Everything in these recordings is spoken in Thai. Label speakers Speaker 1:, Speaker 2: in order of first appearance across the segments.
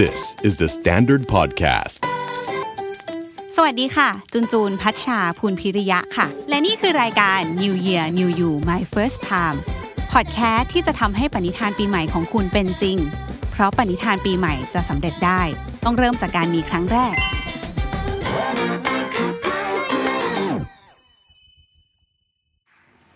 Speaker 1: This is the Standard Podcast.
Speaker 2: สวัสดีค่ะ จูนจูนพัชชาภูลพิริยะค่ะ และนี่คือรายการ New Year New You My First Time พอดแคสต์ที่จะทำให้ปณิธานปีใหม่ของคุณเป็นจริง เพราะปณิธานปีใหม่จะสำเร็จได้ ต้องเริ่มจากการมีครั้งแรก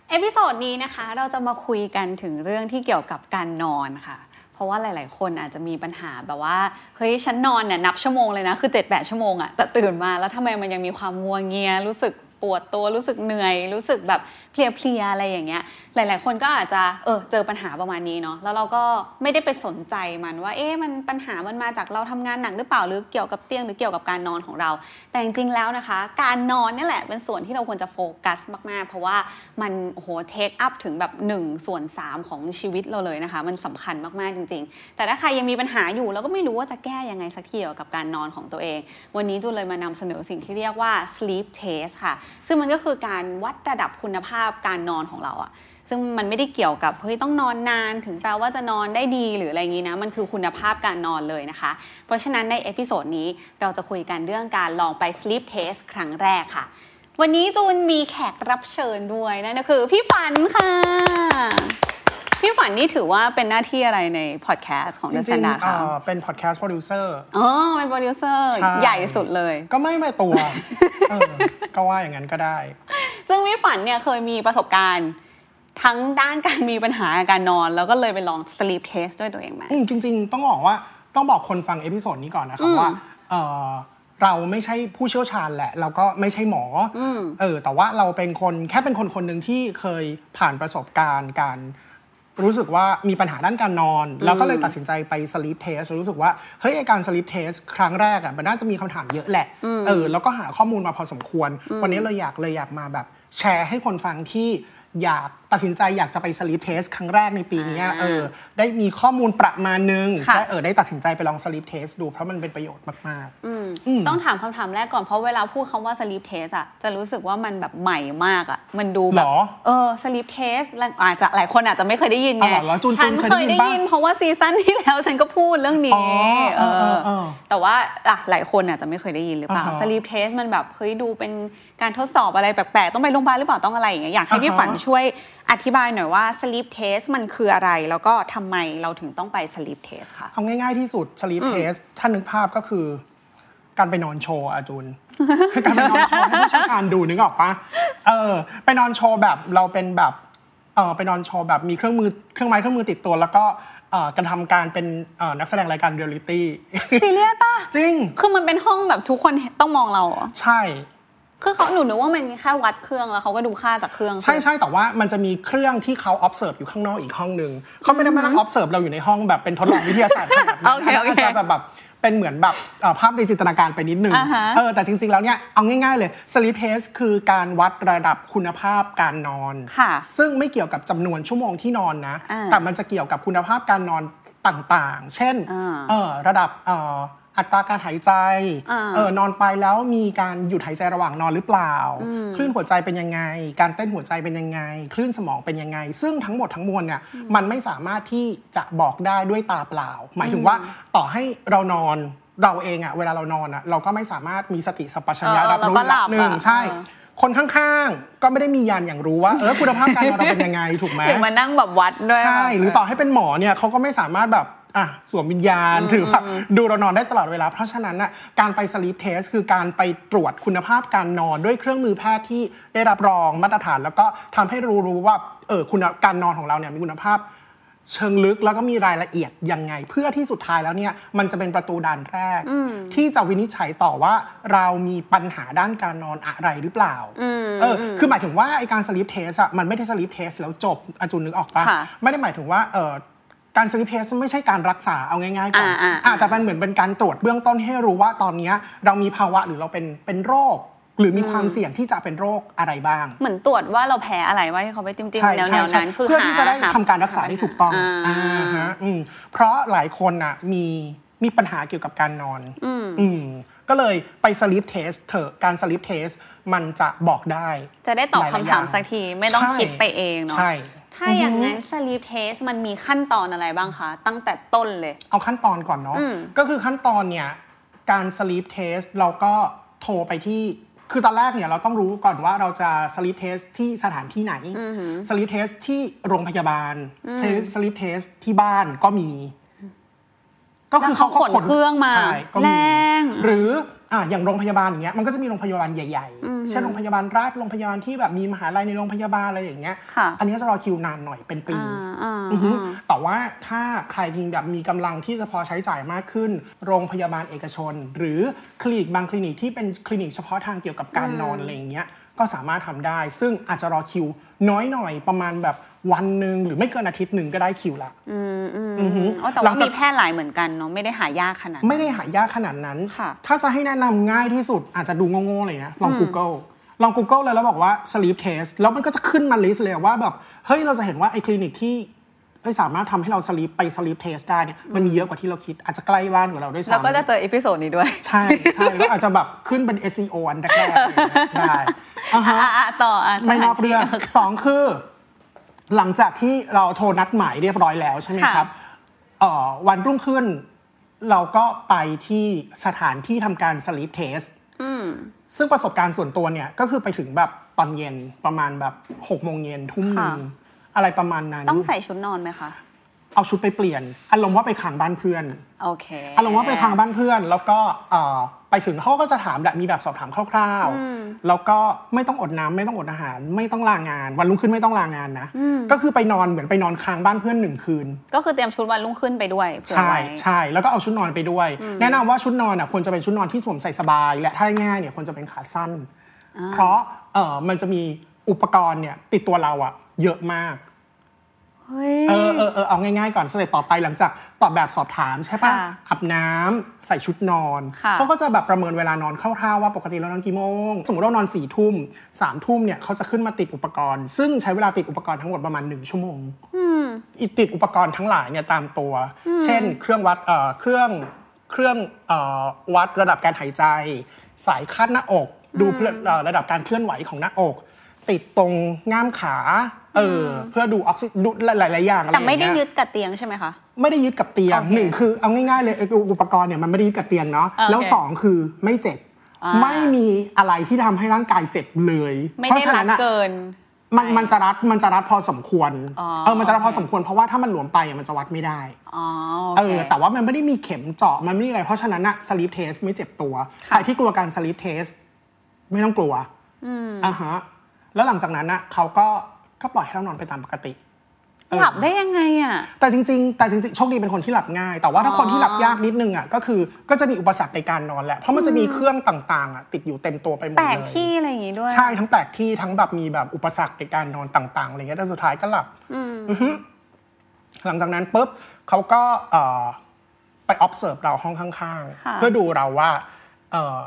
Speaker 2: เอพิโซดนี้นะคะ เราจะมาคุยกันถึงเรื่องที่เกี่ยวกับการนอนค่ะ เพราะว่าหลาย ๆ คนอาจจะมีปัญหาแบบว่าเฮ้ยฉันนอนเนี่ยนับชั่วโมงเลยนะ คือ 7 8 ชั่วโมงอะแต่ตื่นมาแล้วทำไมมันยังมีความงัวเงีย รู้สึกปวดตัวรู้สึกเหนื่อย รู้สึกแบบเพลีย ๆ อะไรอย่างเงี้ย หลาย ๆ คนก็อาจจะเออเจอปัญหาประมาณนี้เนาะแล้วเราก็ไม่ได้ไปสนใจมันว่า เอ๊ะมันปัญหามันมาจากเราทำงานหนักหรือเปล่าหรือเกี่ยวกับเตียงหรือเกี่ยวกับการนอนของเรา แต่จริง ๆ แล้วนะคะ การนอนเนี่ยแหละเป็นส่วนที่เราควรจะโฟกัสมาก ๆ เพราะว่ามันโอ้โหเทคอัพถึงแบบ1ส่วน3 ของชีวิตเราเลยนะคะ มันสำคัญมาก ๆ จริง ๆ แต่ถ้าใครยังมีปัญหาอยู่แล้วก็ไม่รู้ว่าจะแก้ยังไงสักทีเกี่ยวกับการนอนของตัวเอง วันนี้จูนเลยมานำเสนอสิ่งที่เรียกว่า sleep test ค่ะ ซึ่งมันก็คือการวัดระดับคุณภาพการนอนของเราอะ ซึ่งมันไม่ได้เกี่ยวกับเฮ้ยต้องนอนนานถึงแปลว่าจะนอนได้ดีหรืออะไรอย่างนี้นะ มันคือคุณภาพการนอนเลยนะคะ เพราะฉะนั้นในเอพิโซดนี้เราจะคุยกันเรื่องการลองไป sleep test ครั้งแรกค่ะ วันนี้จูนมีแขกรับเชิญด้วยนั่นก็คือพี่ฝันค่ะ พี่ฝันนี่ถือว่าเป็นหน้าที่อะไรในพอดแคสต์ของ
Speaker 3: จ
Speaker 2: The
Speaker 3: ริง
Speaker 2: Standard
Speaker 3: ๆ
Speaker 2: คะ
Speaker 3: อ่าเป็นพอดแคสต์โปรดิวเซอร์
Speaker 2: อ๋อเป็นโปรดิวเซอร์
Speaker 3: ใช่
Speaker 2: ใหญ่สุดเลย
Speaker 3: ก็ไม่ไม่ตัวเอ อก็ว่าอย่างนั้นก็ได้
Speaker 2: ซึ่งพี่ฝันเนี่ยเคยมีประสบการณ์ ทั้งด้านการมีปัญหาการนอน แล้วก็เลยไปลอง sleep test ด้วยตัวเองมา
Speaker 3: อืมจริง ๆ ต้องบอกว่าต้องบอกคนฟังเอพิโซดนี้ก่อนนะครั
Speaker 2: อื
Speaker 3: บ
Speaker 2: ม
Speaker 3: ว่าเอ่อเราไม่ใช่ผู้เชี่ยวชาญแหละ เราก็ไม่ใช่หมออ
Speaker 2: ม
Speaker 3: เออแต่ว่าเราเป็นคนแค่เป็นคนคนหนึ่งที่เคยผ่านประสบการณ์การรู้สึกว่ามีปัญหาด้านการนอน แล้วก็เลยตัดสินใจไปสลีปเทสรู้สึกว่าเฮ้ยไอการสลีปเทสครั้งแรกอะมันน่าจะมีคำถามเยอะแหละเออแล้วก็หาข้อมูลมาพอสมควร วันนี้เราอยากเลยอยากมาแบบแชร์ให้คนฟังที่อยากตัดสินใจอยากจะไปสลีปเทสครั้งแรกในปีเนี้ย
Speaker 2: อ่า
Speaker 3: เออ ได้มีข้อมูลประมาณนึง
Speaker 2: ค่ะ
Speaker 3: และเออได้ตัดสินใจไปลองสลิปเทสดูเพราะมันเป็นประโยชน์มาก
Speaker 2: อืม
Speaker 3: อืม
Speaker 2: ต้องถามคำถามแรกก่อน เพราะเวลาพูดคำว่า sleep test อะจะรู้สึกว่ามันแบบใหม่มากอะมันดู
Speaker 3: ๆ
Speaker 2: แบ
Speaker 3: หร
Speaker 2: บ
Speaker 3: อ
Speaker 2: เออ sleep test แล้วอาจจะหลายคนอาจจะไม่เคยได้ยินไง
Speaker 3: อ๋อเหรอจูนๆ
Speaker 2: ฉันเคยได้
Speaker 3: เคยได้ยิ
Speaker 2: ยิน
Speaker 3: นปะ
Speaker 2: เพราะว่าซีซั่นที่แล้วฉันก็พูดเรื่องนี้
Speaker 3: อ๋อเออเออเออ
Speaker 2: แต่ว่าอ่ะหลายคนอาจจะไม่เคยได้ยินหรือเปล่า
Speaker 3: อ่าฮะ
Speaker 2: sleep test มันแบบเฮ้ยดูเป็นการทดสอบอะไรแปลกๆ ต้องไปโรงพยาบาลหรือเปล่าต้องอะไรอย่างเงี้ยอยากให้
Speaker 3: อ่าฮะ
Speaker 2: พี่ฝันช่วยอธิบายหน่อยว่า sleep test มันคืออะไร แล้วก็ทำไมเราถึงต้องไป sleep test ค่ะ
Speaker 3: เอาง่ายๆที่สุดสลิปเทสถ้านึกภาพก็คือ การไปนอนโชว์อะจูน การไปนอนโชว์ให้ผู้เชี่ยวชาญดูนึกออกปะเออไปนอนโชว์แบบเราเป็นแบบเออไปนอนโชว์แบบมีเครื่องมือเครื่องไม้เครื่องมือติดตัว แล้วก็เอ่อกระทำการเป็นเอ่อนักแสดงรายการเรียลลิตี้
Speaker 2: ซีเรียสป่ะ
Speaker 3: จริง
Speaker 2: คือมันเป็นห้องแบบทุกคนต้องมองเราเหรอ
Speaker 3: ใช่
Speaker 2: คือเขาหนูนึกว่ามันแค่วัดเครื่องแล้วเขาก็ดูค่าจากเครื่อง
Speaker 3: ใช่ใช่แต่ว่ามันจะมีเครื่องที่เขา observe อยู่ข้างนอกอีกห้องหนึ่งเขาไม่ได้มานั่ง observe เราอยู่ในห้องแบบเป็นทดลองวิทยาศาสตร์ขนา ดนั้น
Speaker 2: โอเค
Speaker 3: อัน
Speaker 2: โอ
Speaker 3: นั้นอาจ
Speaker 2: เค
Speaker 3: จะแบบแบบเป็นเหมือนแบบเอ่อภาพในจินตนาการไปนิดนึง
Speaker 2: อ่าฮะ
Speaker 3: เออแต่จริง ๆ แล้วเนี่ย เอาง่ายๆเลย sleep pace คือการวัดระดับคุณภาพการนอน
Speaker 2: ค่ะ
Speaker 3: ซึ่งไม่เกี่ยวกับจำนวนชั่วโมงที่นอนนะ
Speaker 2: อ่า
Speaker 3: แต่มันจะเกี่ยวกับคุณภาพการนอนต่างๆ เช่น
Speaker 2: อ่า
Speaker 3: เอ่อระดับเอ่ออัตราการหายใจ
Speaker 2: อ่า
Speaker 3: เออนอนไปแล้วมีการหยุดหายใจระหว่างนอนหรือเปล่า คลื่นหัวใจเป็นยังไง การเต้นหัวใจเป็นยังไง คลื่นสมองเป็นยังไง ซึ่งทั้งหมดทั้งมวลเนี่ยมันไม่สามารถที่จะบอกได้ด้วยตาเปล่า หมายถึงว่าต่อให้เรานอนเราเองอะเวลาเรานอนอะเราก็ไม่สามารถมีสติสัมปชัญญะ
Speaker 2: เออ
Speaker 3: รับรู้
Speaker 2: เราก็หลับ
Speaker 3: ระดับหนึ่ง
Speaker 2: อะ
Speaker 3: ใช่
Speaker 2: เออ
Speaker 3: คนข้างๆ ก็ไม่ได้มียานอย่างรู้ว่า เออคุณภาพการนอนเราเป็นยังไง ถูกไหม
Speaker 2: หรือมานั่งแบบวัดด้วย
Speaker 3: ใช่ หรือต่อให้เป็นหมอเนี่ยเขาก็ไม่สามารถแบบอ่ะสวมวิญญาณหรือแบบดูเรานอนได้ตลอดเวลา เพราะฉะนั้นน่ะการไปสลีปเทสคือการไปตรวจคุณภาพการนอนด้วยเครื่องมือแพทย์ที่ได้รับรองมาตรฐาน แล้วก็ทำให้รู้รู้ว่าเออคุณการนอนของเราเนี่ยมีคุณภาพ เชิงลึกแล้วก็มีรายละเอียดยังไง เพื่อที่สุดท้ายแล้วเนี่ยมันจะเป็นประตูด่านแรก ที่จะวินิจฉัยต่อว่าเรามีปัญหาด้านการนอนอะไรหรือเปล่าเออคือหมายถึงว่าไอการสลิปเทสอะมันไม่ได้สลิปเทสแล้วจบอาจูนนึกออกปะ
Speaker 2: ค่ะ
Speaker 3: ไม่ได้หมายถึงว่าเออการสลิปเทสไม่ใช่การรักษาเอาง่ายๆก่อน
Speaker 2: อ่าๆๆ
Speaker 3: อ่ะแต่มันเหมือนเป็นการตรวจเบื้องต้นให้รู้ว่าตอนเนี้ยเรามีภาวะหรือเราเป็นเป็นโรค หรือมีความเสี่ยงที่จะเป็นโรคอะไรบ้าง
Speaker 2: เหมือนตรวจว่าเราแพ้อะไรว่าที่เขาไปจิ้มๆแนวๆนั้นคือ
Speaker 3: เพื่อที่
Speaker 2: หา
Speaker 3: จะได้
Speaker 2: ห
Speaker 3: ทำการรักษาได้ถูกต้อง
Speaker 2: า
Speaker 3: อ่าฮะอืมเพราะหลายคนน่ะมีมีปัญหาเกี่ยวกับการนอนอืมก็เลยไปสลิปเทสเถอะการสลิปเทสมันจะบอกได้
Speaker 2: จะได้ตอบ
Speaker 3: หลยๆ
Speaker 2: คำถาม
Speaker 3: ย่ง
Speaker 2: สักทีไม่ต้อง
Speaker 3: ใช่
Speaker 2: คิดไปเองเนาะ
Speaker 3: ใช่
Speaker 2: ถ้าอย่างนั้นสลีปเทสมันมีขั้นตอนอะไรบ้างคะ ตั้งแต่ต้นเลย
Speaker 3: เอาขั้นตอนก่อนเนาะ
Speaker 2: อืม
Speaker 3: ก็คือขั้นตอนเนี่ยการ sleep test เราก็โทรไปที่คือตอนแรกเนี่ยเราต้องรู้ก่อนว่าเราจะ sleep test ที่สถานที่ไหน sleep test ที่โรงพยาบาล sleep test ที่บ้านก็มี ก็คือเขาก็
Speaker 2: แล้วเขาขนเครื่องมา
Speaker 3: ใช่ก็
Speaker 2: แร
Speaker 3: มี
Speaker 2: ง
Speaker 3: หรืออ่ะอย่างโรงพยาบาลอย่างเงี้ยมันก็จะมีโรงพยาบาลใหญ่ๆเช่นโรงพยาบาลราชโรงพยาบาลที่แบบมีมหาลัยในโรงพยาบาลอะไรอย่างเงี้ย
Speaker 2: ค่ะ
Speaker 3: อันนี้ก็จะรอคิวนานหน่อยเป็นปี
Speaker 2: อ่าอ่า
Speaker 3: อือฮึแต่ว่าถ้าใครทีแบบมีกำลังที่จะพอใช้จ่ายมากขึ้น โรงพยาบาลเอกชน หรือคลินิกบางคลินิกที่เป็นคลินิกเฉพาะทางเกี่ยวกับการนอนอะไรอย่างเงี้ยก็สามารถทำได้ ซึ่งอาจจะรอคิว น้อยหน่อยประมาณแบบวันหนึ่งหรือไม่เกินอาทิตย์หนึ่งก็ได้คิวละ
Speaker 2: อืมอืม
Speaker 3: อือหือ
Speaker 2: อ๋อแต่
Speaker 3: หลั
Speaker 2: ว่าง
Speaker 3: จาก
Speaker 2: มีแพร่หลายเหมือนกันเนาะไม่ได้หายากขนาดนั้น
Speaker 3: ไม่ได้หายากขนาดนั้น
Speaker 2: ค่ะ
Speaker 3: ถ้าจะให้แนะนำง่ายที่สุดอาจจะดูโง่ๆเลยนะ ลอง Google ลอง Google เลยแล้วบอกว่า sleep test แล้วมันก็จะขึ้นมาลิสต์เลยว่าแบบ เฮ้ย เราจะเห็นว่า ไอ้คลินิกที่เอ้ยสามารถทำให้เรา sleep ไป sleep test ได้เนี่ยมันมีเยอะกว่าที่เราคิด อาจจะใกล้บ้านกว่าเราด้วยซ้ำ
Speaker 2: แล้วก็จะเจออีพิโซดนี้ด้วย
Speaker 3: ใช่ใช่แล้วอาจจะแบบขึ้นเป็น SEO อันแรกๆเลย นะได้อ่าฮะ
Speaker 2: อ่ะอ่ะต่ออ่ะสถาน
Speaker 3: ไม่นอกเรื่อง
Speaker 2: ที่
Speaker 3: สองคือ หลังจากที่เราโทรนัดหมายเรียบร้อยแล้วใช่ไหม
Speaker 2: ค่ะ
Speaker 3: ครับเอ่อวันรุ่งขึ้น เราก็ไปที่สถานที่ทำการ sleep test ซึ่งประสบการณ์ส่วนตัวเนี่ย ก็คือไปถึงแบบตอนเย็นประมาณแบบ6โมงเย็นทุ่มหนึ่ง
Speaker 2: ค่ะ
Speaker 3: อะไรประมาณนั้น
Speaker 2: ต้องใส่ชุดนอนไหมคะ
Speaker 3: เอาชุดไปเปลี่ยน อารมณ์ว่าไปค้างบ้านเพื่อน
Speaker 2: โอเค
Speaker 3: อารมณ์ว่าไปทางบ้านเพื่อน แล้วก็เอ่อไปถึงเขาก็จะถามแบบมีแบบสอบถามคร่าวๆ แล้วก็ไม่ต้องอดน้ำไม่ต้องอดอาหาร ไม่ต้องลางาน วันรุ่งขึ้นไม่ต้องลางานนะ ก็คือไปนอนเหมือนไปนอนค้างบ้านเพื่อนหนึ่งคืน
Speaker 2: ก็คือเตรียมชุดวันรุ่งขึ้นไปด้วยเผื่อ
Speaker 3: ใช่
Speaker 2: ไว้
Speaker 3: ใช่แล้วก็เอาชุดนอนไปด้วย แนะนำว่าชุดนอนอ่ะควรจะเป็นชุดนอนที่สวมใส่สบาย และถ้าง่ายเนี่ยควรจะเป็นขาสั้น เพราะเออมันจะมีอุปกรณ์เนี่ยติดตัวเราอะเยอะมาก
Speaker 2: เฮ้ย
Speaker 3: เออเออเออเอาง่ายๆก่อนสเต็ปต่อไปหลังจากตอบแบบสอบถามใช่ป่ะ
Speaker 2: ค่ะ
Speaker 3: อาบน้ำใส่ชุดนอน
Speaker 2: ค่ะ
Speaker 3: เขาก็จะแบบประเมินเวลานอนคร่าวๆว่าปกติเรานอนกี่โมง สมมติเรานอนสี่ทุ่มสามทุ่มเนี่ยเขาจะขึ้นมาติดอุปกรณ์ ซึ่งใช้เวลาติดอุปกรณ์ทั้งหมดประมาณ 1 ชั่วโมงอีกติดอุปกรณ์ทั้งหลายเนี่ยตามตัว เช่น เครื่องวัดเอ่อเครื่องเครื่องเอ่อวัดระดับการหายใจ สายคาดหน้าอก ดูเพื่อเอ่อระดับการเคลื่อนไหวของหน้าอก ติดตรงง่ามขาเอออเพื่อดูออกซิดูหลายๆอย่างอะไรอ
Speaker 2: แต่
Speaker 3: ย่างเงี้ย
Speaker 2: ไม่ได้ยึดกับเตียงใช่ไหมคะ
Speaker 3: ไม่ได้ยึดกับเตียง
Speaker 2: โอเค
Speaker 3: หนึ่งคือเอาง่ายๆเลยไอ้อุปกรณ์เนี่ยมันไม่ได้ยึดกับเตียงเนาะ
Speaker 2: โอเค
Speaker 3: แล้วสองคือไม่เจ็บ
Speaker 2: อ่า
Speaker 3: ไม่มีอะไรที่ทำให้ร่างกายเจ็บเลย
Speaker 2: ไม่
Speaker 3: เพ
Speaker 2: ได้
Speaker 3: ราะฉะ
Speaker 2: รั
Speaker 3: นั้
Speaker 2: ด
Speaker 3: นอะ
Speaker 2: เกิน
Speaker 3: มันมันจะรัดมันจะรัดพอสมควร
Speaker 2: อ๋อ
Speaker 3: เออมันจะรัดพอ
Speaker 2: โอเค
Speaker 3: สมควรเพราะว่าถ้ามันหลวมไปอะมันจะวัดไม่ได้
Speaker 2: อ๋อ
Speaker 3: เอ
Speaker 2: โอเค
Speaker 3: อแต่ว่ามันไม่ได้มีเข็มเจาะมันไม่ได้อะไรเพราะฉะนั้นอะสลิปเทสไม่เจ็บตัว
Speaker 2: ค่ะ
Speaker 3: ใครที่กลัวการสลิปเทสไม่ต้องกลัวอ่าฮะแล้วหลังจากนั้นอะเขาก็ก็ปล่อยให้เรานอนไปตามปกติ
Speaker 2: หลับได้ยังไงอ่ะ
Speaker 3: แต่จริงๆ แต่จริงๆ โชคดีเป็นคนที่หลับง่าย แต่ว่าถ้าคนที่หลับยากนิดนึงอ่ะ ก็คือก็จะมีอุปสรรคในการนอนแหละ เพราะมันจะมีเครื่องต่างๆอ่ะติดอยู่เต็มตัวไปหมด
Speaker 2: แป
Speaker 3: เลย
Speaker 2: ลกที่อะไรอย่างงี้ด้วย
Speaker 3: ใช่ทั้งแปลกที่ทั้งแบบมีแบบอุปสรรคในการนอนต่างๆ อะไรเงี้ย แต่สุดท้ายก็หลับอือฮึหลังจากนั้นปุ๊บเขาก็เอ่อไป observe เราห้องข้าง
Speaker 2: ค่ะ
Speaker 3: ๆ เพื่อดูเราว่าเอ่อ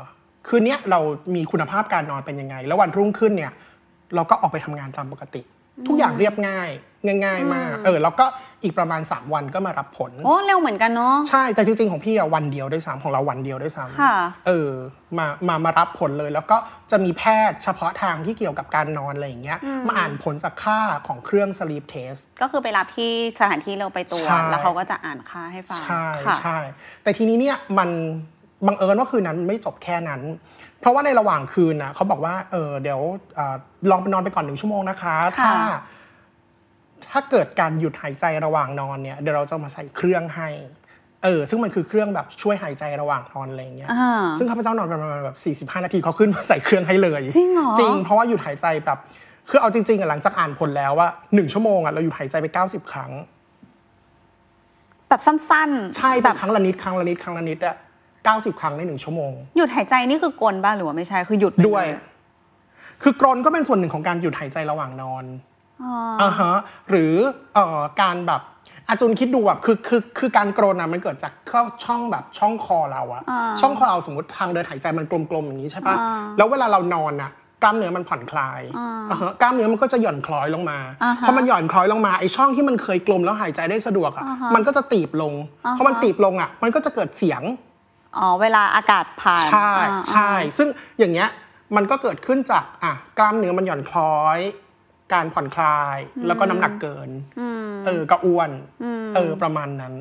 Speaker 3: คืนเนี้ยเรามีคุณภาพการนอนเป็นยังไง แล้ววันรุ่งขึ้นเนี่ย เราก็ออกไปทำงานตามปกติ ทุกอย่างเรียบง่าย ง่าย ๆ มาก เออ แล้วก็อีกประมาณ 3 วันก็มารับผล
Speaker 2: โอ้เร็วเหมือนกันเนาะ
Speaker 3: ใช่ แต่จริง ๆ ของพี่อะวันเดียวด้วยซ้ำของเราวันเดียวด้วยซ้
Speaker 2: ค่ะ
Speaker 3: ำเออมามามารับผลเลย แล้วก็จะมีแพทย์เฉพาะทางที่เกี่ยวกับการนอนอะไรอย่างเงี้ยมาอ่านผลจากค่าของเครื่อง sleep test
Speaker 2: ก็คือไปรับที่สถานที่เราไปตรวจ
Speaker 3: ใช่
Speaker 2: แล้วเขาก็จะอ่านค่าให้ฟัง
Speaker 3: ใช่
Speaker 2: ค่ะ
Speaker 3: ใช่แต่ทีนี้เนี่ยมันบังเอิญว่าคืนนั้นมันไม่จบแค่นั้น เพราะว่าในระหว่างคืนนะเขาบอกว่าเออเดี๋ยวอาลองไปนอนไปก่อนหนึ่งชั่วโมงนะคะ
Speaker 2: ค่ะ
Speaker 3: ถ้า ถ้าเกิดการหยุดหายใจระหว่างนอนเนี่ยเดี๋ยวเราจะมาใส่เครื่องให้เออซึ่งมันคือเครื่องแบบช่วยหายใจระหว่างนอนอะไรอย่างเงี้ย
Speaker 2: อ่า
Speaker 3: ซึ่งข้าพเจ้านอนไปประมาณแบบ45 นาทีเขาขึ้นมาใส่เครื่องให้เลย
Speaker 2: จริงเหรอ
Speaker 3: จริง เพราะว่าหยุดหายใจแบบคือเอาจริงๆอะหลังจากอ่านผลแล้วว่าหนึ่งชั่วโมงอะเราหยุดหายใจไป 90 ครั้ง
Speaker 2: แบบสั้น
Speaker 3: ใช่แบบครั้งละนิดครั้งละนิดครั้งละนิดอะ90 ครั้งในหนึ่งชั่วโมง
Speaker 2: ๆ หยุดหายใจนี่คือกลนบ้าหรือว่าไม่ใช่ คือหยุดไป
Speaker 3: ด้วย
Speaker 2: เลย
Speaker 3: คือกรนก็เป็นส่วนหนึ่งของการหยุดหายใจระหว่างนอน
Speaker 2: อ๋อ
Speaker 3: อ่าฮะหรือเอ่อการแบบอาจูนคิดดูแบบคือคือคือการกรนอะมันเกิดจากเข้าช่องแบบช่องคอเราอะช่องคอเราสมมติทางเดินหายใจมันกลมๆอย่างนี้ใช่ปะแล้วเวลาเรานอนอะกล้ามเนื้อมันผ่อนคลายอ่าฮะกล้ามเนื้อมันก็จะหย่อนคล้อยลงมาพอมันหย่อนคล้อยลงมาไอช่องที่มันเคยกลมแล้วหายใจได้สะดวกอะมันก็จะตีบลงพอมันตีบลงอะมันก็จะเกิดเสียง
Speaker 2: อ๋อเวลาอากาศผ่าน
Speaker 3: ใช่
Speaker 2: อ่า
Speaker 3: ใช่ ซึ่งอย่างเงี้ยมันก็เกิดขึ้นจากอ่ะกล้ามเนื้อมันหย่อนคล้อย การผ่อนคลาย แล้วก็น้ำหนักเกินเออก็อ้วนเออประมาณนั้น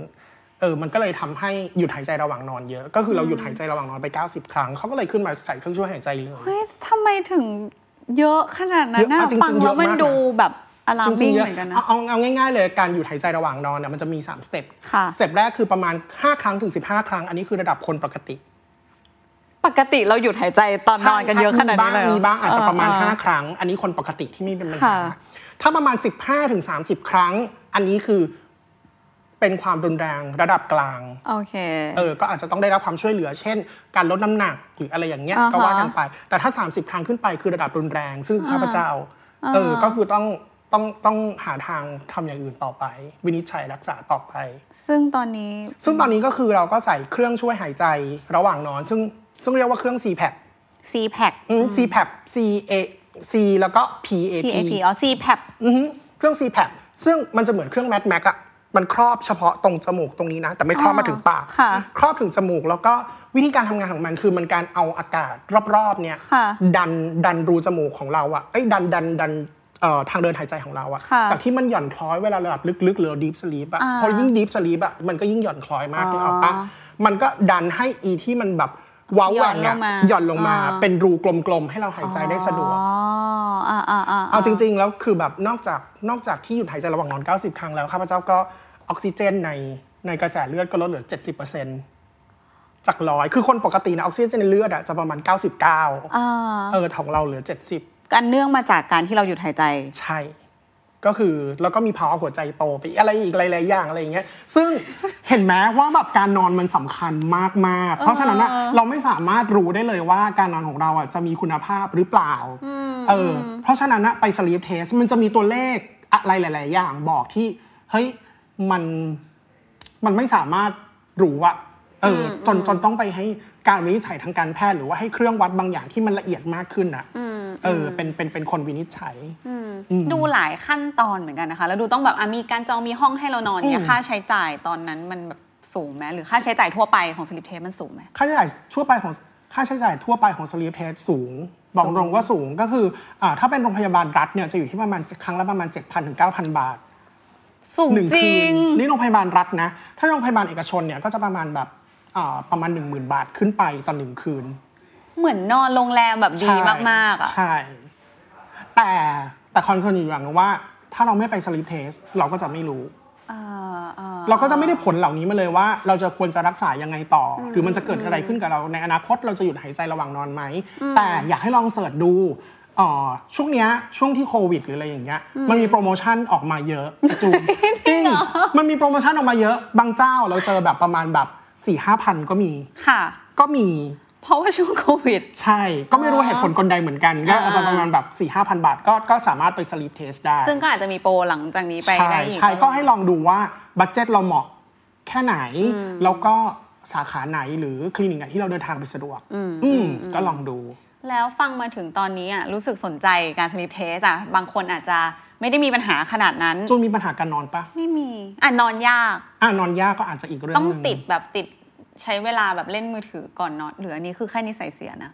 Speaker 3: เออมันก็เลยทำให้หยุดหายใจระหว่างนอนเยอะ ก็คือเราหยุดหายใจระหว่างนอนไป 90 ครั้งเขาก็เลยขึ้นมาใส่เครื่องช่วยหายใจเลย
Speaker 2: เฮ้ยทำไมถึงเยอะขนาดนั้นน่ะ
Speaker 3: เยอะมากจริงๆ
Speaker 2: ฟังแล้วมัน
Speaker 3: เยอะมาก
Speaker 2: ดูแบบอลา
Speaker 3: จ
Speaker 2: ม
Speaker 3: ริ
Speaker 2: มิ่
Speaker 3: ง
Speaker 2: ง
Speaker 3: ๆเยอะ
Speaker 2: เหมือนกันนะ
Speaker 3: เอาเอาเอาง่ายๆเลยการหยุดหายใจระหว่างนอนเนี่ยมันจะมี3สเต็ป
Speaker 2: ค่ะ
Speaker 3: สเต็ปแรกคือประมาณ 5 ครั้งถึง 15 ครั้ง อันนี้คือระดับคนปกติ
Speaker 2: ปกติเราหยุดหายใจตอนนอนกันเยอะขนาดนี้เลยเหรอ
Speaker 3: มีบ้างมีบ้างอาจจะประมาณ 5 ครั้ง อันนี้คนปกติที่ไม่เป็นปัญหา
Speaker 2: ค่ะ
Speaker 3: ถ้าประมาณ 15ถึง30 ครั้ง อันนี้คือเป็นความรุนแรงระดับกลาง
Speaker 2: โอเค
Speaker 3: เออ ก็อาจจะต้องได้รับความช่วยเหลือ เช่น การลดน้ำหนักหรืออะไรอย่างเงี้ย
Speaker 2: อ่าฮะ
Speaker 3: ก็ว่ากันไป แต่ถ้า 30 ครั้งขึ้นไปคือระดับรุนแรง ซึ่งข้าพเจ้า เออ
Speaker 2: อ่า
Speaker 3: ก็คือต้องต้องต้องหาทางทำอย่างอื่นต่อไป วินิจฉัยรักษาต่อไป
Speaker 2: ซึ่งตอนนี้
Speaker 3: ซึ่งตอนนี้ก็คือเราก็ใส่เครื่องช่วยหายใจระหว่างนอน ซึ่งซึ่งเรียกว่าเครื่อง c p a p
Speaker 2: C pack
Speaker 3: อืม c p a p C A C แล้วก็ P A P
Speaker 2: PAP อ๋อ C pack
Speaker 3: อือฮึเครื่อง c p a p ซึ่งมันจะเหมือนเครื่อง Mad Max อะมันครอบเฉพาะตรงจมูกตรงนี้นะ แต่ไม่ครอบ
Speaker 2: อ่าม
Speaker 3: มาถึงปาก
Speaker 2: ค่ะ
Speaker 3: ครอบถึงจมูก แล้วก็วิธีการทำงานของมันคือมันการเอาอากาศรอบๆ เนี่ย
Speaker 2: ค่ะ
Speaker 3: ดันดันรูจมูกของเราอะเอ้ยดันดันดันเอ่อทางเดินหายใจของเราอะ
Speaker 2: ค่ะ
Speaker 3: จากที่มันหย่อนคล้อยเวลาเราหลับลึกๆหรือดีฟสลีปอะ
Speaker 2: อ่า
Speaker 3: พอยิ่งดีฟสลีปอะมันก็ยิ่งหย่อนคล้อยมาก
Speaker 2: อ๋อ
Speaker 3: ที่ออกปะมันก็ดันให้อีที่มันแบบเว้าแหว่งเนี่ย
Speaker 2: ห
Speaker 3: ห
Speaker 2: ย่
Speaker 3: ย่
Speaker 2: อ
Speaker 3: อน น
Speaker 2: ล
Speaker 3: ล
Speaker 2: ง
Speaker 3: ง
Speaker 2: มา
Speaker 3: มา เป็นรูกลมๆให้เราหายใจได้สะดวก
Speaker 2: อ๋ออ่าอ่าอ่า
Speaker 3: เอาจริง ๆ แล้วคือแบบนอกจากนอกจากที่หยุดหายใจระหว่างนอน 90 ครั้งแล้วข้าพเจ้าก็ออกซิเจนในในกระแสเลือดก็ลดเหลือ 70%จากร้อยคือคนปกตินะออกซิเจนในเลือดอะจะประมาณ 99
Speaker 2: อ่า
Speaker 3: เออของเราเหลือ 70
Speaker 2: การเนื่องมาจากการที่เราหยุดหายใจ
Speaker 3: ใช่ ก็คือแล้วก็มีภาวะหัวใจโตไปอะไรอีกหลายๆอย่างอะไรอย่างเงี้ยซึ่ง เห็นไหมว่าแบบการนอนมันสำคัญมากๆ เพราะฉะนั้นอะเราไม่สามารถรู้ได้เลยว่าการนอนของเราอะจะมีคุณภาพหรือเปล่า เอออเพราะฉะนั้นนะไปสลีปเทสมันจะมีตัวเลขอะไรหลาย ๆ อย่างบอกที่ เฮ้ย มันมันไม่สามารถรู้อะเอออจนจนต้องไปให้การวินิจฉัยทางการแพทย์หรือว่าให้เครื่องวัดบางอย่างที่มันละเอียดมากขึ้นอะเอออเป็นเป็นเป็นคนวินิจฉัย
Speaker 2: ดูหลายขั้นตอนเหมือนกันนะคะ แล้วดูต้องแบบอ่ะมีการจองมีห้องให้เรานอนเนี่ยค่าใช้จ่ายตอนนั้นมันแบบสูงไหมหรือค่าใช้จ่ายทั่วไปของสลิปเทปมันสูงไหม
Speaker 3: ค่าใช้จ่ายทั่วไปของค่าใช้จ่ายทั่วไปของสลีปเทสสูง บอกตรงๆว่าสูงก็คืออาถ้าเป็นโรงพยาบาลรัฐเนี่ยจะอยู่ที่ประมาณครั้งละประมาณ 7,000ถึง9,000 บาท
Speaker 2: สูง
Speaker 3: หนึ่ง
Speaker 2: จ
Speaker 3: คื
Speaker 2: ริง
Speaker 3: นนี่โรงพยาบาลรัฐนะ ถ้าโรงพยาบาลเอกชนเนี่ยก็จะประมาณแบบอ่าประมาณ 1 0,000 บาทขึ้นไปต่อหนึ่งคืน
Speaker 2: เหมือนนอนโรงแรมแบบดี
Speaker 3: ใช่
Speaker 2: มากๆอ่ะ
Speaker 3: ใช่ แต่แต่คอนเซิร์นอยู่อย่างหนึงว่า ถ้าเราไม่ไปสลีปเทสเราก็จะไม่รู้
Speaker 2: เอ่อเอ่อ
Speaker 3: เราก็จะไม่ได้ผลเหล่านี้มาเลยว่า เราจะควรจะรักษายังไงต่ออหรือมันจะเกิดอะไรขึ้นกับเราในอนาคตเราจะหยุดหายใจระหว่างนอนไหม แต่อยากให้ลองเสิร์ชดูเอ่อช่วงเนี้ยช่วงที่โควิดหรืออะไรอย่างเงี้ยมันมีโปรโมชั่นออกมาเยอะจูน จริงมันมีโปรโมชั่นออกมาเยอะ บางเจ้าเราเจอแบบประมาณแบบ4ี่ห้าพันก็มี
Speaker 2: ค่ะ
Speaker 3: ก็มี
Speaker 2: เพราะว่าช่วงโควิด
Speaker 3: ใช่ ก็ไม่รู้เหตุผลคนใดเหมือนกันก็
Speaker 2: อ่า
Speaker 3: ประมาณแบบ4ี่ห้าพันบาทก็ก็สามารถไปสลีปเทสได้
Speaker 2: ซึ่งก็อาจจะมีโปรหลังจากนี้ไป
Speaker 3: ใช่
Speaker 2: ได้อีก
Speaker 3: ใช่ก็ให้ลองดูว่าบัตเจ็ตเราเหมาะแค่ไหน แล้วก็สาขาไหนหรือคลินิกไหนที่เราเดินทางไปสะดวก อืมก็ลองดู
Speaker 2: แล้วฟังมาถึงตอนนี้อ่ะรู้สึกสนใจการสลิปเทสอ่ะ บางคนอาจจะไม่ได้มีปัญหาขนาดนั้น
Speaker 3: จูนมีปัญหาการนอนปะ
Speaker 2: ไม่มี อ่ะ นอนยาก
Speaker 3: อ่ะนอนยากก็อาจจะอีกเรื่อง
Speaker 2: ต้อง
Speaker 3: หนึง
Speaker 2: ติดแบบติดใช้เวลาแบบเล่นมือถือก่อนนอนหรืออันนี้คือแค่นิสัยเสียนะ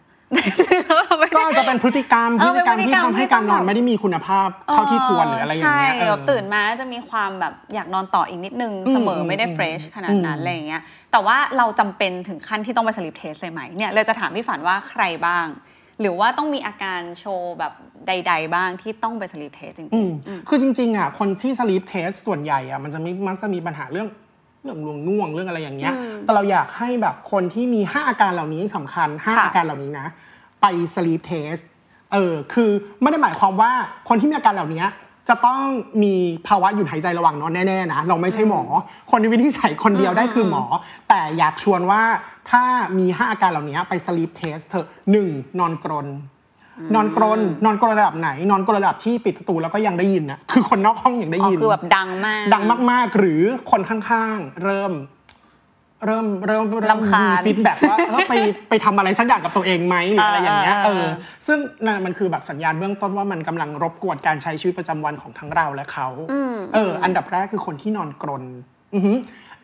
Speaker 3: ก็อาจจะเป็นพฤติกรรม
Speaker 2: เอ
Speaker 3: พ
Speaker 2: อ
Speaker 3: ฤ
Speaker 2: เป็
Speaker 3: ติ
Speaker 2: น
Speaker 3: กรรม
Speaker 2: พฤติกรรม
Speaker 3: ที่ทำให้การน
Speaker 2: ที่ต้อง
Speaker 3: อน
Speaker 2: แบบ
Speaker 3: ไม่ได้มีคุณภาพเท่าที่ควรหรืออะไรอย่างเงี้ย
Speaker 2: ใช่
Speaker 3: เอ
Speaker 2: เดี๋
Speaker 3: อ
Speaker 2: ยวตื่นมาจะมีความแบบอยากนอนต่ออีกนิดนึง
Speaker 3: อืม
Speaker 2: เสมอไม่ได้
Speaker 3: อืม
Speaker 2: เฟรชขนาดนั้น
Speaker 3: อืม
Speaker 2: อะไรอย่างเงี้ยแต่ว่าเราจำเป็นถึงขั้นที่ต้องไปสลิปเทสเลยไหมเนี่ยเราจะถามพี่ฝันว่าใครบ้าง หรือว่าต้องมีอาการโชว์แบบใด ๆ บ้างที่ต้องไปสลิปเทสจริง
Speaker 3: อืมคือจริงๆอ่ะคนที่สลีปเทสส่วนใหญ่อ่ะมันจะไม่มักจะมีปัญหาเรื่องเรื่องลวงง่วงเรื่องอะไรอย่างเงี้ย แต่เราอยากให้แบบคนที่มี 5 อาการเหล่านี้สำคัญ 5
Speaker 2: ค่ะ
Speaker 3: อาการเหล่านี้นะ ไปสลีปเทสเออคือไม่ได้หมายความว่าคนที่มีอาการเหล่านี้จะต้องมีภาวะหยุดหายใจระหว่างนอนแน่ๆนะเราไม่ใช่หมอ คนที่วินิจฉัยคนเดียวได้คือหมอ แต่อยากชวนว่าถ้ามี 5 อาการเหล่านี้ไปสลีปเทสเถอะหนึ่งนอนกรน นอนกรนนอนกรนระดับไหน นอนกรนระดับที่ปิดประตูแล้วก็ยังได้ยินนะคือคนนอกห้องยังได้
Speaker 2: อ๋อ
Speaker 3: ยิน
Speaker 2: คือแบบดังมาก
Speaker 3: ดังมากๆ หรือคนข้างๆ เริ่ม เริ่มเริ่มเริ่ม
Speaker 2: รำคาญ
Speaker 3: มีฟีดแบ็กว่าเออไปไปทำอะไรสักอย่างกับตัวเองไหมหรืออะไรอย่างเงี้ย
Speaker 2: อ่า
Speaker 3: เอ
Speaker 2: อ่า
Speaker 3: อ
Speaker 2: อ่า
Speaker 3: ซึ่งนั่นมันคือแบบสัญญาณเบื้องต้นว่ามันกำลังรบกวนการใช้ชีวิตประจำวันของทั้งเราและเขาเออ อันดับแรกคือคนที่นอนกรนอือหือ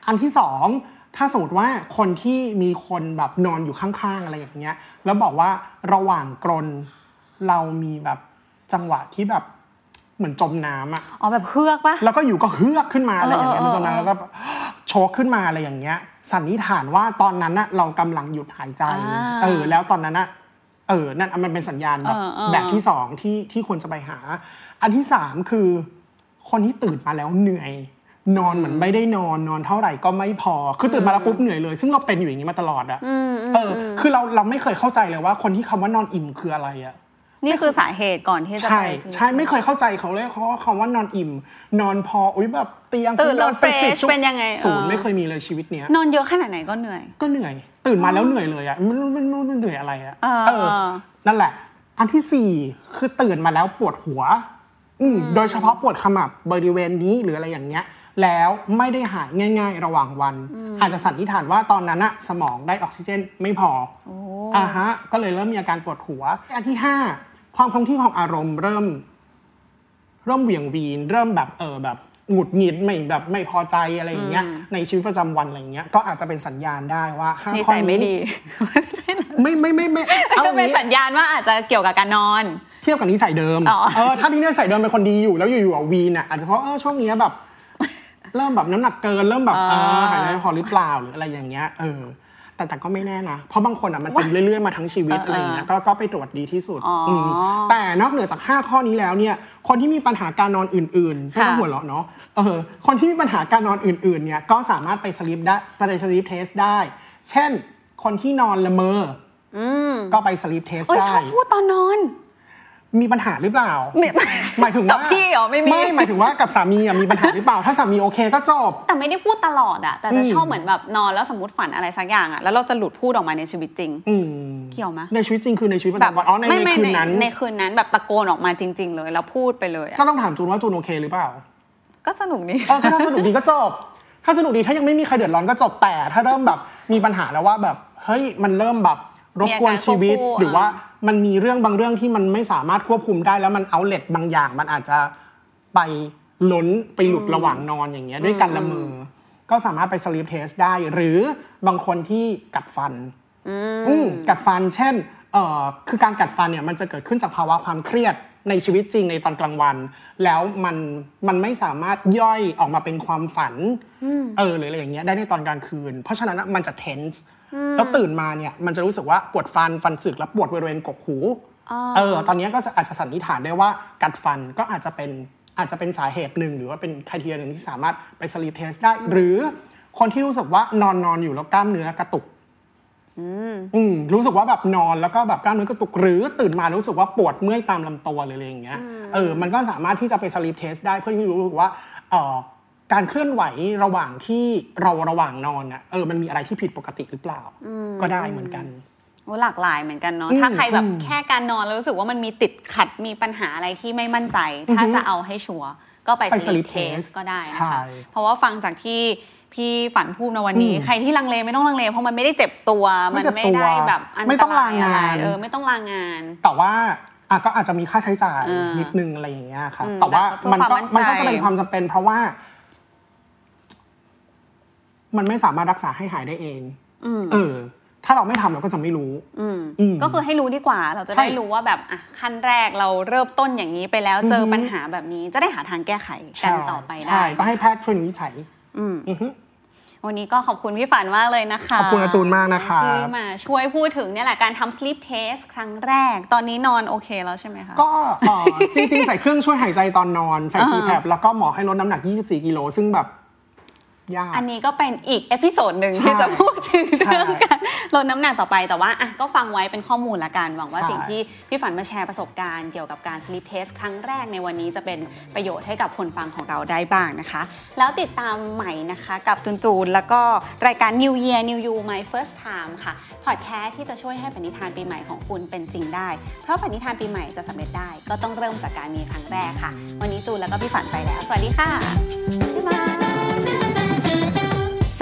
Speaker 3: อันที่สองถ้าสมมติว่าคนที่มีคนแบบนอนอยู่ข้างๆอะไรอย่างเงี้ย แล้วบอกว่าระหว่างกรน เรามีแบบจังหวะที่แบบ เหมือนจมน้ำอะ
Speaker 2: อ๋อแบบเฮือกปะ
Speaker 3: แล้วก็อยู่ก็เฮือกขึ้นมาอะไรอย่างเงี้ย
Speaker 2: เออเออ
Speaker 3: มันจนนั้น
Speaker 2: เออ
Speaker 3: แล้วก็โชกขึ้นมาอะไรอย่างเงี้ย สันนิษฐานว่าตอนนั้นน่ะเรากำลังหยุดหายใจ เออ แล้วตอนนั้นน่ะเออ นั่นอ่ะมันเป็นสัญญาณแบบแบบที่สองที่ที่ควรจะไปหา อันที่สามคือ คนที่ตื่นมาแล้วเหนื่อย นอนเหมือนไม่ได้นอนนอนเท่าไหร่ก็ไม่พอ คือตื่นมาแล้วปุ๊บเหนื่อยเลย ซึ่งเราเป็นอยู่อย่างนี้มาตลอดอะเออ คือเราเราไม่เคยเข้าใจเลยว่าคนที่คำว่านอนอิ่มคืออะไรอะ
Speaker 2: นี่คือสาเหตุก่อนที่จะ
Speaker 3: ใช่
Speaker 2: ไป
Speaker 3: ใช่ไม่เคยเข้าใจเขาเลยเขาว่าคำว่านอนอิ่ม นอนพออุ้ยแบบเตียง
Speaker 2: ตื่นแล้ว
Speaker 3: อ
Speaker 2: เฟร
Speaker 3: สิบ
Speaker 2: ช
Speaker 3: ชั่วโมง
Speaker 2: เป็นยังไง
Speaker 3: ศูนย์
Speaker 2: ออ
Speaker 3: ไม่เคยมีเลยชีวิตเนี้ย
Speaker 2: นอนเยอะขนาดไหนก็เหนื่อย
Speaker 3: ก็เหนื่อย ตื่นมาแล้วเหนื่อยเลยอ่ะไม่รู้ไม่รู้ไม่รู้เหนื่อยอะไรอ่ะ
Speaker 2: เออ
Speaker 3: เออ นั่นแหละ อันที่สี่คือตื่นมาแล้วปวดหัว อืมโดยเฉพาะปวดขมับบริเวณนี้หรืออะไรอย่างเงี้ย แล้วไม่ได้หายง่าย ๆ ระหว่างวัน อาจจะสันนิษฐานว่าตอนนั้นอะสมองได้ออกซิเจนไม่พอ อ่าฮะ ก็เลยเริ่มมีอาการปวดหัว อันที่ 5 ความคงที่ของอารมณ์เริ่ม เริ่มเหวี่ยงวีน เริ่มแบบเออแบบหงุดหงิดไม่แบบไม่พอใจอะไรอย่างเงี้ยในชีวิตประจำวันอะไรอย่างเงี้ยก็อาจจะเป็นสัญญาณได้ว่าห้า
Speaker 2: นิ
Speaker 3: ข้อ
Speaker 2: สัย
Speaker 3: นี้
Speaker 2: ไม่ดี ไม่ใช่เหรอ
Speaker 3: ไม่ไม่ไม่ไม่ เอาอ
Speaker 2: ก็
Speaker 3: ย่าง
Speaker 2: เป็น
Speaker 3: งี้
Speaker 2: สัญญาณว่าอาจจะเกี่ยวกับการนอน
Speaker 3: เทียบกับนิสัยเดิม
Speaker 2: อ๋อ
Speaker 3: เออถ้าที่นิสัยเดิมเป็นคนดีอยู่แล้วอยู่ๆอ่ะวีนอ่ะอาจจะเพราะเออช่วงเนี้ยแบบ เริ่มแบบน้ำหนักเกิน เริ่มแบบเออหายใจไม่พอหรือเปล่าหรืออะไรอย่างเงี้ยเออ แต่แต่ก็ไม่แน่นะ เพราะบางคนอ่ะมันเป็นเรื่อยๆมาทั้งชีวิตอะไรอย่างเงี้ยก็ก็ไปตรวจดีที่สุด
Speaker 2: อ๋อ
Speaker 3: อืมแต่นอกเหนือจาก 5 ข้อนี้แล้วเนี่ยคนที่มีปัญหาการนอนอื่นๆไม่ต้อง
Speaker 2: ค่ะ
Speaker 3: หัวเราะเนาะเออคนที่มีปัญหาการนอนอื่นๆเนี่ยก็สามารถไปสลิปได้ไปสลิปเทสได้ เช่น คนที่นอนละเมอ
Speaker 2: อืม
Speaker 3: ก็ไปสลิปเทส
Speaker 2: โอ้ยช
Speaker 3: ได้
Speaker 2: อบพูดตอนนอน
Speaker 3: มีปัญหาหรือเปล่า
Speaker 2: ไม่
Speaker 3: หมายถึง
Speaker 2: กั
Speaker 3: ว่า
Speaker 2: บพี่เหรอไม่มี
Speaker 3: ไม่หมายถึงว่ากับสามีอะมีปัญหาหรือเปล่า ถ้าสามีโอเคก็จบ
Speaker 2: แต่ไม่ได้พูดตลอดอะแต่จะ
Speaker 3: อืม
Speaker 2: ชอบเหมือนแบบนอนแล้วสมมติฝันอะไรสักอย่างอะแล้วเราจะหลุดพูดออกมาในชีวิตจริง
Speaker 3: อืม
Speaker 2: เกี่ยวไหม
Speaker 3: ในชีวิตจริงคือในชีวิตประ
Speaker 2: แบบ
Speaker 3: จำวันอ๋อใน
Speaker 2: ไม่
Speaker 3: ใน
Speaker 2: ไม่
Speaker 3: คืน
Speaker 2: ใน
Speaker 3: นั้น
Speaker 2: ในคืนนั้นแบบตะโกนออกมาจริง ๆ เลยแล้วพูดไปเลย
Speaker 3: ก็
Speaker 2: อะ
Speaker 3: ต้องถามจูนว่าจูนโอเคหรือเปล่า
Speaker 2: ก็สนุกนี
Speaker 3: เออถ้าสนุกดีก็จบ ถ้าสนุกดีถ้ายังไม่มีใครเดือดร้อนก็จบ แต่ถ้าเริ่มแบบมีปัญหาแล้วว่าแบบ เฮ้ย มันเริ่มแบบรบกวนชีวิต
Speaker 2: มีอาการควบคู่
Speaker 3: หรือว่า
Speaker 2: อ่
Speaker 3: มันมีเรื่องบางเรื่องที่มันไม่สามารถควบคุมได้ แล้วมันเอาเล็ตบางอย่าง มันอาจจะไปล้นไปหลุดระหว่างนอนอย่างเงี้ยด้วยกันละเมืออก็สามารถไปสลีปเทสได้ หรือบางคนที่กัดฟันอืมกัดฟัน เช่นเอ่อคือการกัดฟันเนี่ยมันจะเกิดขึ้นจากภาวะความเครียดในชีวิตจริงในตอนกลางวัน แล้วมันมันไม่สามารถย่อยออกมาเป็นความฝันเออหรืออะไรอย่างเงี้ยได้ในตอนกลางคืน เพราะฉะนั้นอะมันจะ tense แล้วตื่นมาเนี่ยมันจะรู้สึกว่าปวดฟันฟันสึกและปวดบริเวณกกหูเออ ตอนเนี้ยก็จะอาจจะสันนิษฐานได้ว่ากัดฟันก็อาจจะเป็นอาจจะเป็นสาเหตุหนึ่งหรือว่าเป็นค i เทียหนึ่งที่สามารถไปสลีปเทสได้ หรือคนที่รู้สึกว่านอนนอนอยู่แล้วกล้ามเนื้อกระตุก อืมรู้สึกว่าแบบนอนแล้วก็แบบกล้ามเนื้อกระตุกหรือตื่นมารู้สึกว่าปวดเมื่อยตามลำตัวหรืออะไรอย่างเงี้ยเออมันก็สามารถที่จะไปสลีปเทสได้เพื่อที่จะรู้ว่าเออการเคลื่อนไหวระหว่างที่เราระหว่างนอนน่ะเออมันมีอะไรที่ผิดปกติหรือเปล่า ก็ได้เหมือนกัน
Speaker 2: โอ้หลากหลายเหมือนกันเนาะ
Speaker 3: อืม
Speaker 2: ถ้าใครแบบ
Speaker 3: อืม
Speaker 2: แค่การนอนแล้วรู้สึกว่ามันมีติดขัดมีปัญหาอะไรที่ไม่มั่นใจ ถ้าจะเอาให้ชัวร์ก็ไป
Speaker 3: ไป
Speaker 2: สลิ
Speaker 3: sleep
Speaker 2: ปเทส
Speaker 3: test
Speaker 2: ก็ได้นะ
Speaker 3: ใช่
Speaker 2: คะเพราะว่าฟังจากที่พี่ฝันพูดในวันนี้
Speaker 3: อืม
Speaker 2: ใครที่ลังเลไม่ต้องลังเล เพราะมันไม่ได้เจ็บตัว
Speaker 3: ไม่
Speaker 2: มัน
Speaker 3: เจ็บ
Speaker 2: ไม่
Speaker 3: ตัว
Speaker 2: ได้แบบอัน
Speaker 3: ไม่
Speaker 2: ต
Speaker 3: ต้อง
Speaker 2: ราย
Speaker 3: ลาง
Speaker 2: อะไร
Speaker 3: งาน
Speaker 2: เออไม่ต้องลางาน
Speaker 3: แต่ว่าอ่ะก็อาจจะมีค่าใช้จ่าย
Speaker 2: เออ
Speaker 3: นิดนึงอะไรอย่างเงี้ยครับ
Speaker 2: อืม
Speaker 3: แต่ว่า
Speaker 2: แต่ก็
Speaker 3: มัน
Speaker 2: เพื่อความมั่นใจ
Speaker 3: ก็มันก็จะเป็นความจำเป็นเพราะว่า มันไม่สามารถรักษาให้หายได้เองเออ ถ้าเราไม่ทำเราก็จะไม่รู้
Speaker 2: อืม
Speaker 3: อืม
Speaker 2: ก็คือให้รู้ดีกว่าเราจะ
Speaker 3: ใช่
Speaker 2: ได้รู้ว่าแบบอ่ะขั้นแรกเราเริ่มต้นอย่างนี้ไปแล้วเจออ
Speaker 3: อฮึ
Speaker 2: ปัญหาแบบนี้จะได้หาทางแก้ไขกันต่อไป
Speaker 3: ใช่
Speaker 2: ได้
Speaker 3: ก็ให้แพทย์ช่วยวินิจฉัย อือฮึ
Speaker 2: วันนี้ก็ขอบคุณพี่ฝันมากเลยนะคะ
Speaker 3: ขอบคุณอาจูนมากนะครับ
Speaker 2: ที่มาช่วยพูดถึงเนี่ยแหละการทำ sleep test ครั้งแรก ตอนนี้นอนโอเคแล้วใช่ไหมคะ
Speaker 3: ก็ เอ่อ จริง ๆ ใส่เครื่องช่วยหายใจตอนนอน ใส่ซีแพบแล้วก็หมอให้ลดน้ำหนัก 24 กิโล ซึ่งแบบ ยาก
Speaker 2: อันนี้ก็เป็นอีกเอพิโซดหนึ่ง
Speaker 3: ใช่
Speaker 2: ที่จะพูดถึง
Speaker 3: ใช่
Speaker 2: เรื่องการลดน้ำหนักต่อไปแต่ว่าอ่ะก็ฟังไว้เป็นข้อมูลละกัน หวังว่า
Speaker 3: ใช่
Speaker 2: สิ่งที่พี่ฝันมาแชร์ประสบการณ์เกี่ยวกับการ sleep test ครั้งแรกในวันนี้จะเป็นประโยชน์ให้กับคนฟังของเราได้บ้างนะคะ แล้วติดตามใหม่นะคะกับจูนจูนแล้วก็รายการ New Year New You My First Time ค่ะพอดแคสต์ที่จะช่วยให้ปณิธานปีใหม่ของคุณเป็นจริงได้ เพราะปณิธานปีใหม่จะสำเร็จได้ ก็ต้องเริ่มจากการมีครั้งแรกค่ะ วันนี้จูนแล้วก็พี่ฝันไปแล้ว สวัสดีค่ะบ๊ายบาย ส